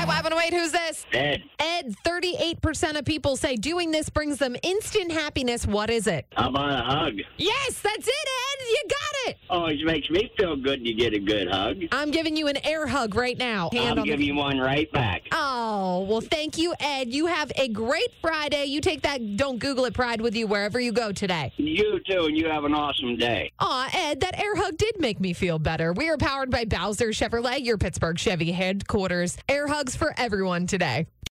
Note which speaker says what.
Speaker 1: 708, who's this?
Speaker 2: Ed,
Speaker 1: Ed, 38% of people say doing this brings them instant happiness. What is it?
Speaker 2: how about a hug?
Speaker 1: Yes, that's it, Ed. You got it.
Speaker 2: Oh, it makes me feel good to get a good hug.
Speaker 1: I'm giving you an air hug right now. Hand
Speaker 2: I'll
Speaker 1: on the-
Speaker 2: give you one right back.
Speaker 1: Oh, well, thank you, Ed. You have a great Friday. You take that Don't Google It pride with you wherever you go today.
Speaker 2: You too, and you have an awesome day.
Speaker 1: Aw, Ed, that air hug did make me feel better. We are powered by Bowser Chevrolet, your Pittsburgh Chevy headquarters. Air hugs for everyone today.